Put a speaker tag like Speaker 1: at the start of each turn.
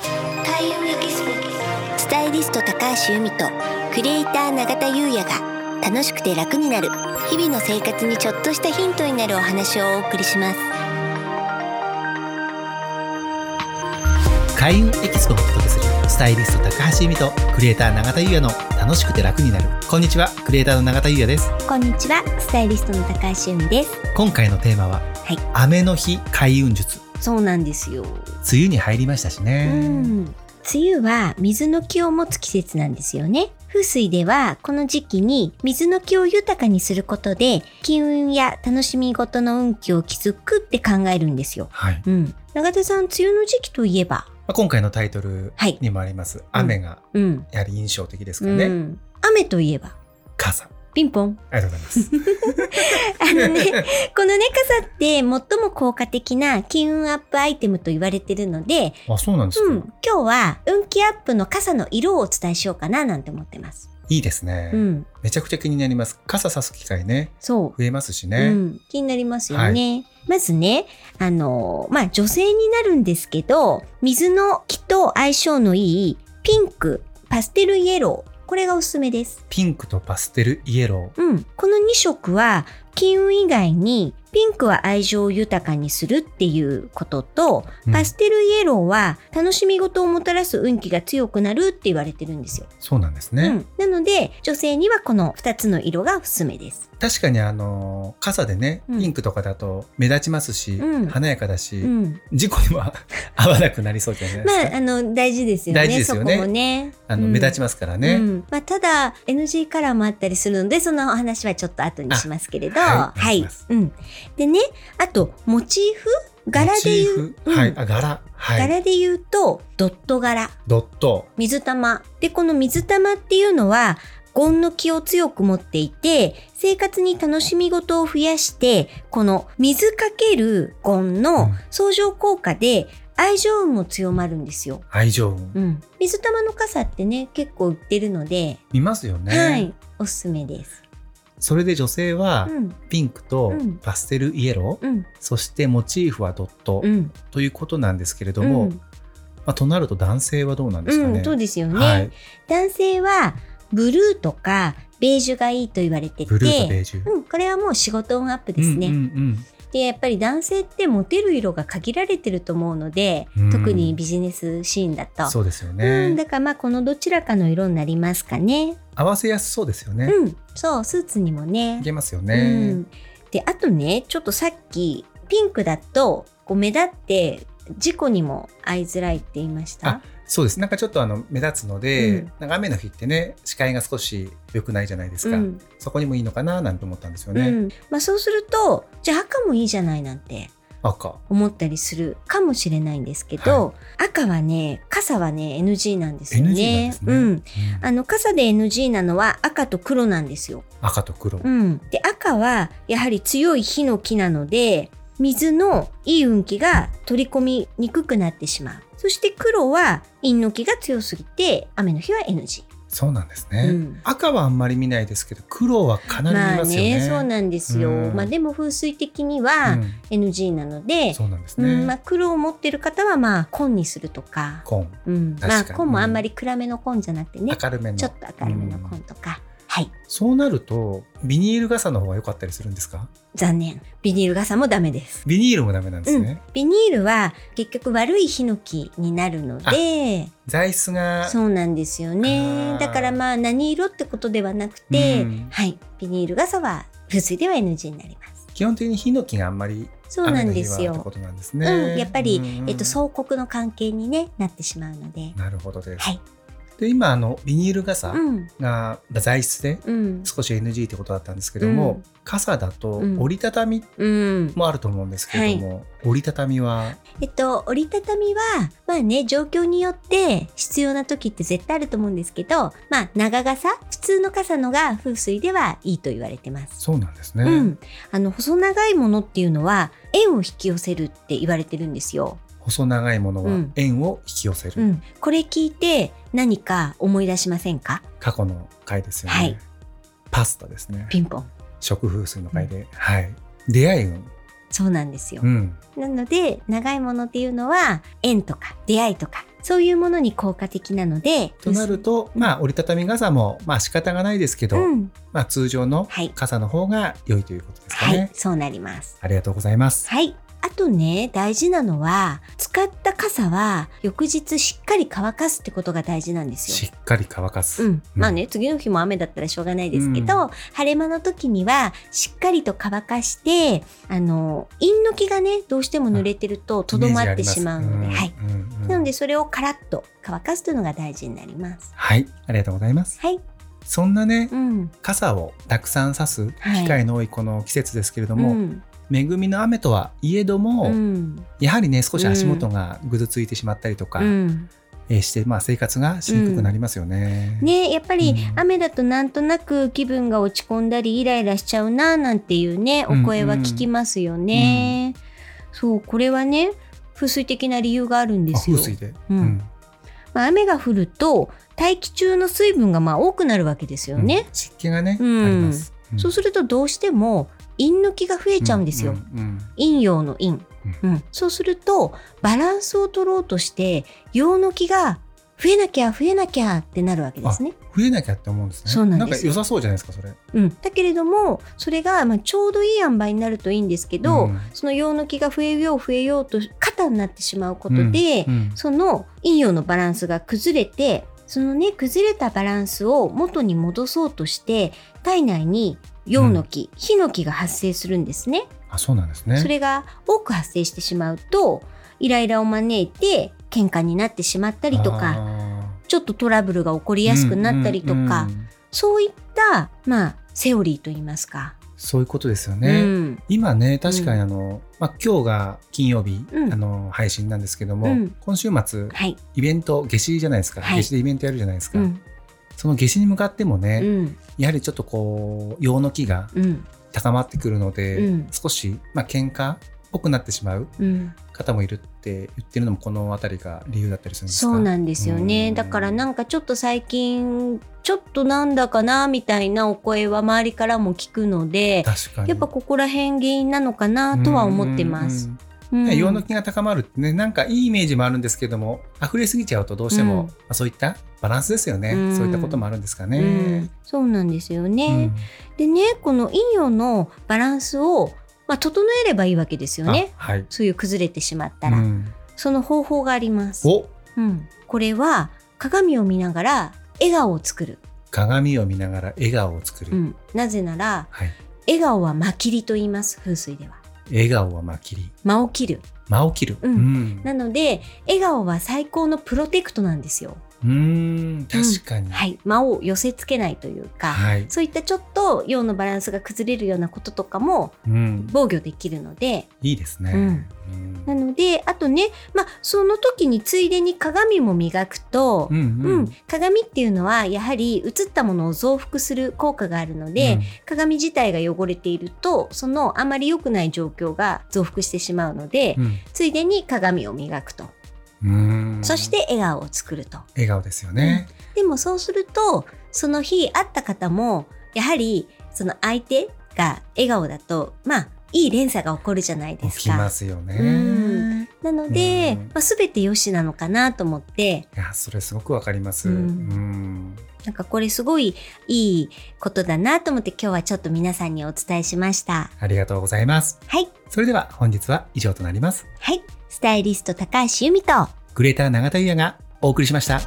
Speaker 1: 田優也ギススタイリスト高橋由美とクリエイター永田優也が楽しくて楽になる日々の生活にちょっとしたヒントになるお話をお送りします
Speaker 2: 開運エキスポをお届けするスタイリスト高橋由美とクリエイター永田優也の楽しくて楽になるこんにちはクリエイターの永田優也です
Speaker 1: こんにちはスタイリストの高橋由美です
Speaker 2: 今回のテーマは、
Speaker 1: はい
Speaker 2: 雨の日開運術
Speaker 1: そうなんですよ
Speaker 2: 梅雨に入りましたし
Speaker 1: う
Speaker 2: ね
Speaker 1: ん梅雨は水の気を持つ季節なんですよね風水ではこの時期に水の気を豊かにすることで金運や楽しみ事の運気を築くって考えるんですよ
Speaker 2: はい、ま
Speaker 1: うん永田さん梅雨の時期といえば
Speaker 2: あ、今回のタイトル
Speaker 1: はい
Speaker 2: にもあります、雨が
Speaker 1: うん、
Speaker 2: やはり印象的ですか
Speaker 1: う
Speaker 2: ね、
Speaker 1: ん、雨といえば
Speaker 2: 傘
Speaker 1: ピンポ ン
Speaker 2: ありがとうござい ます
Speaker 1: あのねこのね傘って最も効果的な金運アップアイテムと言われてるので、
Speaker 2: あそうなんですか、
Speaker 1: うん、今日は運気アップの傘の色をお伝えしようかななんて思ってます、
Speaker 2: いいですね、
Speaker 1: うん
Speaker 2: めちゃくちゃ気になります傘さす機会ね
Speaker 1: そう
Speaker 2: 増えますし
Speaker 1: う
Speaker 2: ね、
Speaker 1: ん、気になりますよね。まずね、あの、まあ、女性になるんですけど、水の木と相性のいいピンク、パステルイエロー、これがおすすめです。
Speaker 2: ピンクとパステルイエロー
Speaker 1: うん。この2色は、金運以外に、ピンクは愛情を豊かにするっていうことと、
Speaker 2: うん
Speaker 1: パステルイエローは楽しみ事をもたらす運気が強くなるって言われてるんですよ。
Speaker 2: そうなんですね、
Speaker 1: うん。なので、女性にはこの2つの色がおすすめです。
Speaker 2: 確かにあの傘でね、
Speaker 1: うん
Speaker 2: ピンクとかだと目立ちますし、
Speaker 1: うん
Speaker 2: 華やかだし、
Speaker 1: うん。
Speaker 2: 事故には 合わなくなりそうじゃないですか、
Speaker 1: まあ、あの、大事ですよね。
Speaker 2: 大事ですよね
Speaker 1: そこもね。
Speaker 2: あの
Speaker 1: うん
Speaker 2: 目立ちますからね、
Speaker 1: うんまあ、ただ NG カラーもあったりするのでそのお話はちょっと後にしますけれど
Speaker 2: あはいお願いします
Speaker 1: うん、でねあとモチーフ柄で言
Speaker 2: モ
Speaker 1: う
Speaker 2: チ、ーフはい、
Speaker 1: うん
Speaker 2: あ柄はい
Speaker 1: 柄で言うとドット柄
Speaker 2: ドット
Speaker 1: 水玉でこの水玉っていうのは権の気を強く持っていて生活に楽しみ事を増やしてこの水かける権
Speaker 2: う
Speaker 1: の
Speaker 2: ん
Speaker 1: 相乗効果で愛情運も強まるんですよ。
Speaker 2: 愛情運、
Speaker 1: うん、水玉の傘ってね結構売ってるので
Speaker 2: 見ますよね、
Speaker 1: はい、おすすめです。
Speaker 2: それで女性は
Speaker 1: うん、
Speaker 2: ピンクと
Speaker 1: うん
Speaker 2: パステルイエロー、
Speaker 1: うん、
Speaker 2: そしてモチーフはドット、
Speaker 1: うん、
Speaker 2: ということなんですけれど
Speaker 1: う
Speaker 2: も、
Speaker 1: ん、
Speaker 2: まあ、となると男性はどうなんですかね。
Speaker 1: そうですよね。
Speaker 2: はい、
Speaker 1: 男性はブルーとかベージュがいいと言われてて、
Speaker 2: ブルーとベージュ、
Speaker 1: うん、これはもう仕事運アップですね。
Speaker 2: うんうん
Speaker 1: で、やっぱり男性ってモテる色が限られてると思うので、
Speaker 2: うん
Speaker 1: 特にビジネスシーンだ
Speaker 2: う
Speaker 1: と。
Speaker 2: ん、そうですよ
Speaker 1: うん、
Speaker 2: ね。
Speaker 1: だからまあこのどちらかの色になりますかね。
Speaker 2: 合わせやすそうですよね。
Speaker 1: うん、そう、スーツにもね。
Speaker 2: いけますよ
Speaker 1: う
Speaker 2: ね。
Speaker 1: ん、であとねちょっとさっきピンクだとこう目立って事故にも遭いづらいって言いました
Speaker 2: あそうです。なんかちょっとあの目立つので、
Speaker 1: うん
Speaker 2: なんか雨の日ってね、視界が少し良くないじゃないです
Speaker 1: う
Speaker 2: か。
Speaker 1: ん
Speaker 2: そこにもいいのかななんて思ったんですよ
Speaker 1: う
Speaker 2: ね。
Speaker 1: んまあ、そうするとじゃあ赤もいいじゃないなんて
Speaker 2: 赤。
Speaker 1: 思ったりするかもしれないんですけど、赤はね傘はね NG なんですよ
Speaker 2: NG なん
Speaker 1: ね
Speaker 2: ですね
Speaker 1: うん、
Speaker 2: うん
Speaker 1: あの傘で NG なのは赤と黒なんですよ、
Speaker 2: 赤と黒。
Speaker 1: うん、で赤はやはり強い火の木なので水のいい運気が取り込みにくくなってしまうそして黒は陰の気が強すぎて雨の日は NG、
Speaker 2: そうなんです
Speaker 1: う
Speaker 2: ね。
Speaker 1: ん、
Speaker 2: 赤はあんまり見ないですけど、黒はかなり見
Speaker 1: まあ
Speaker 2: ますよね。
Speaker 1: ねそうなんですよ、
Speaker 2: うん
Speaker 1: まあでも風水的には
Speaker 2: うん
Speaker 1: NG なので、
Speaker 2: そうなんです
Speaker 1: う
Speaker 2: ね。
Speaker 1: んまあ、黒を持ってる方はまあ紺にするとか、
Speaker 2: コーン
Speaker 1: うん、
Speaker 2: 確
Speaker 1: まあ
Speaker 2: かに
Speaker 1: 紺もあんまり暗めの紺じゃなくてね
Speaker 2: 明るめの
Speaker 1: ちょっと明るめの紺とか、はい
Speaker 2: そうなるとビニール傘の方が良かったりするんですか
Speaker 1: 残念ビニール傘もダメです
Speaker 2: ビニールもダメなんですね、
Speaker 1: ビニールは結局悪いヒノキになるので
Speaker 2: 材質が
Speaker 1: そうなんですよね
Speaker 2: あー
Speaker 1: だからまあ何色ってことではなく
Speaker 2: う
Speaker 1: て
Speaker 2: ん
Speaker 1: はいビニール傘は風水では NG になります
Speaker 2: 基本的にヒノキがあんまり
Speaker 1: そうな
Speaker 2: 雨の
Speaker 1: んで
Speaker 2: 日
Speaker 1: す
Speaker 2: はって
Speaker 1: よ
Speaker 2: ことなんですね、
Speaker 1: うんやっぱり
Speaker 2: うん
Speaker 1: えっと相国の関係にねなってしまうので
Speaker 2: なるほどです、
Speaker 1: はい
Speaker 2: で今あのビニール傘
Speaker 1: うん
Speaker 2: が材質で
Speaker 1: うん
Speaker 2: 少し NG ってことだったんですけども、
Speaker 1: うん
Speaker 2: 傘だと
Speaker 1: うん
Speaker 2: 折りたたみ
Speaker 1: うん
Speaker 2: もあると思うんですけれども、折りたたみは
Speaker 1: えっと折りたたみはまあね状況によって必要な時って絶対あると思うんですけどまあ長傘普通の傘のが風水ではいいと言われてます
Speaker 2: そうなんですね、
Speaker 1: うん、あの細長いものっていうのは円を引き寄せるって言われてるんですよ。
Speaker 2: 細長いものは
Speaker 1: うん
Speaker 2: 円を引き寄せる、
Speaker 1: うん、これ聞いて何か思い出しませんか？
Speaker 2: 過去の回ですよね、
Speaker 1: はい
Speaker 2: パスタですね
Speaker 1: ピンポン。
Speaker 2: 食風水の回で、はい出会い運
Speaker 1: そうなんですよ
Speaker 2: う。ん、
Speaker 1: なので長いものっていうのは縁とか出会いとかそういうものに効果的なので。
Speaker 2: となると、まあ、折りたたみ傘も、まあ、仕方がないですけど、
Speaker 1: うん。
Speaker 2: まあ、通常の
Speaker 1: はい
Speaker 2: 傘の方が良いということですか
Speaker 1: は
Speaker 2: ね。
Speaker 1: い、そうなります。
Speaker 2: ありがとうございます。
Speaker 1: はい。あとね、大事なのは、使った傘は翌日しっかり乾かすってことが大事なんですよ。
Speaker 2: しっかり乾かす。
Speaker 1: うん、まあね、次の日も雨だったらしょうがないですけど、
Speaker 2: う
Speaker 1: 晴れ間の時にはしっかりと乾かして、あの、陰の気がね、どうしても濡れてるととどまってしまうので、
Speaker 2: イメージ
Speaker 1: は
Speaker 2: あり
Speaker 1: い。
Speaker 2: ますうんうんうん
Speaker 1: なので、それをカラッと乾かすというのが大事になります。
Speaker 2: はい、ありがとうございます。
Speaker 1: はい。
Speaker 2: そんなね、
Speaker 1: うん。
Speaker 2: 傘をたくさん差す機会の多いこの季節ですけれども、
Speaker 1: うん
Speaker 2: 恵みの雨とはいえども、
Speaker 1: うん。
Speaker 2: やはりね少し足元がぐずついてしまったりとか、
Speaker 1: うん。
Speaker 2: えーして、まあ、生活がしにくくなりますよね。
Speaker 1: ねやっぱり
Speaker 2: うん
Speaker 1: 雨だとなんとなく気分が落ち込んだりイライラしちゃうななんていうねお声は聞きますよね。そうこれはね風水的な理由があるんで
Speaker 2: あ
Speaker 1: すよ。
Speaker 2: 風水で、
Speaker 1: うんまあ、雨が降ると大気中の水分がまあ多くなるわけですよ
Speaker 2: うん
Speaker 1: ね。
Speaker 2: 湿気がね、
Speaker 1: うん
Speaker 2: あります。ん
Speaker 1: そうするとどうしても陰抜きが増えちゃうんですよ。
Speaker 2: うんうん
Speaker 1: 陰陽の陰、うん、そうするとバランスを取ろうとして陽の気が増えなきゃ増えなきゃってなるわけですね。
Speaker 2: 増えなきゃって思うんですね。
Speaker 1: そうなんです
Speaker 2: か良さそうじゃないですかそれ。
Speaker 1: うん、だけれどもそれがまあちょうどいい塩梅になるといいんですけど、
Speaker 2: ん
Speaker 1: その陽の気が増えよう増えようと肩になってしまうことで、
Speaker 2: うん
Speaker 1: その陰陽のバランスが崩れてそのね崩れたバランスを元に戻そうとして体内に陽の気、火の気が発生するんですね。
Speaker 2: あそうなんですね。
Speaker 1: それが多く発生してしまうとイライラを招いて喧嘩になってしまったりとか
Speaker 2: か
Speaker 1: ちょっとトラブルが起こりやすくなったりとか、そういったまあセオリーといいますか。
Speaker 2: そういうことですよね。
Speaker 1: うん
Speaker 2: 今ね確かにあの、まあ、今日が金曜日、
Speaker 1: うん
Speaker 2: あの配信なんですけども、
Speaker 1: うん
Speaker 2: 今週末
Speaker 1: はい、
Speaker 2: イベント夏至じゃないですか、
Speaker 1: はい
Speaker 2: 夏至でイベントやるじゃないです
Speaker 1: う
Speaker 2: か、
Speaker 1: ん
Speaker 2: その夏至に向かってもね、
Speaker 1: うん
Speaker 2: やはりちょっとこう陽の気が
Speaker 1: うん
Speaker 2: 高まってくるので、
Speaker 1: うん
Speaker 2: 少し、まあ喧嘩っぽくなってしまう
Speaker 1: うん、
Speaker 2: 方もいるって言ってるのもこの辺りが理由だったりするんです
Speaker 1: そ
Speaker 2: か
Speaker 1: うなんですよ
Speaker 2: う
Speaker 1: ね
Speaker 2: ん
Speaker 1: だからなんかちょっと最近ちょっとなんだかなみたいなお声は周りからも聞くので
Speaker 2: 確かに
Speaker 1: やっぱここら辺原因なのかなとは思ってま
Speaker 2: う
Speaker 1: す。
Speaker 2: ん
Speaker 1: うん
Speaker 2: ね、陽の気が高まるってねなんかいいイメージもあるんですけども溢れすぎちゃうとどうしても、
Speaker 1: うん
Speaker 2: まあ、そういったバランスですよね、
Speaker 1: うん
Speaker 2: そういったこともあるんですか
Speaker 1: う
Speaker 2: ね
Speaker 1: ん。、そうなんですよ
Speaker 2: う
Speaker 1: ね
Speaker 2: ん、
Speaker 1: でねこの陰陽のバランスを、まあ、整えればいいわけですよね
Speaker 2: あはい、
Speaker 1: そういう崩れてしまった
Speaker 2: う
Speaker 1: ら、
Speaker 2: ん
Speaker 1: その方法があります、
Speaker 2: お
Speaker 1: うん、これは鏡を見ながら笑顔を作る、
Speaker 2: 鏡を見ながら笑顔を作
Speaker 1: う
Speaker 2: る、
Speaker 1: ん、なぜなら
Speaker 2: はい、
Speaker 1: 笑顔はまきりと言います風水では
Speaker 2: 笑顔はまきり
Speaker 1: 間を切る
Speaker 2: 間を切る、
Speaker 1: うん
Speaker 2: うん
Speaker 1: なので笑顔は最高のプロテクトなんですよ
Speaker 2: うん確かに、、
Speaker 1: はいい間を寄せつけないというか、
Speaker 2: はい
Speaker 1: そういったちょっと陽のバランスが崩れるようなこととかも
Speaker 2: うん、
Speaker 1: 防御できるので
Speaker 2: いいですね、
Speaker 1: う
Speaker 2: うん
Speaker 1: なのであとねまあその時についでに鏡も磨くと、
Speaker 2: うん
Speaker 1: うん鏡っていうのはやはり映ったものを増幅する効果があるので、鏡自体が汚れているとそのあまり良くない状況が増幅してしまうので、
Speaker 2: うん
Speaker 1: ついでに鏡を磨くと、
Speaker 2: うん
Speaker 1: そして笑顔を作ると
Speaker 2: 笑顔ですよね、
Speaker 1: でもそうするとその日会った方もやはりその相手が笑顔だとまあいい連鎖が起こるじゃないです
Speaker 2: 起きま
Speaker 1: か。
Speaker 2: すよね、
Speaker 1: うんなので、
Speaker 2: うん
Speaker 1: まあ、全て良しなのかなと思って
Speaker 2: いやそれすごくわかります、
Speaker 1: う
Speaker 2: うんん
Speaker 1: なんかこれすごいいいことだなと思って今日はちょっと皆さんにお伝えしました。
Speaker 2: ありがとうございます
Speaker 1: はい。
Speaker 2: それでは本日は以上となります
Speaker 1: はい。スタイリスト高橋由美と
Speaker 2: グレーター永田優也がお送りしました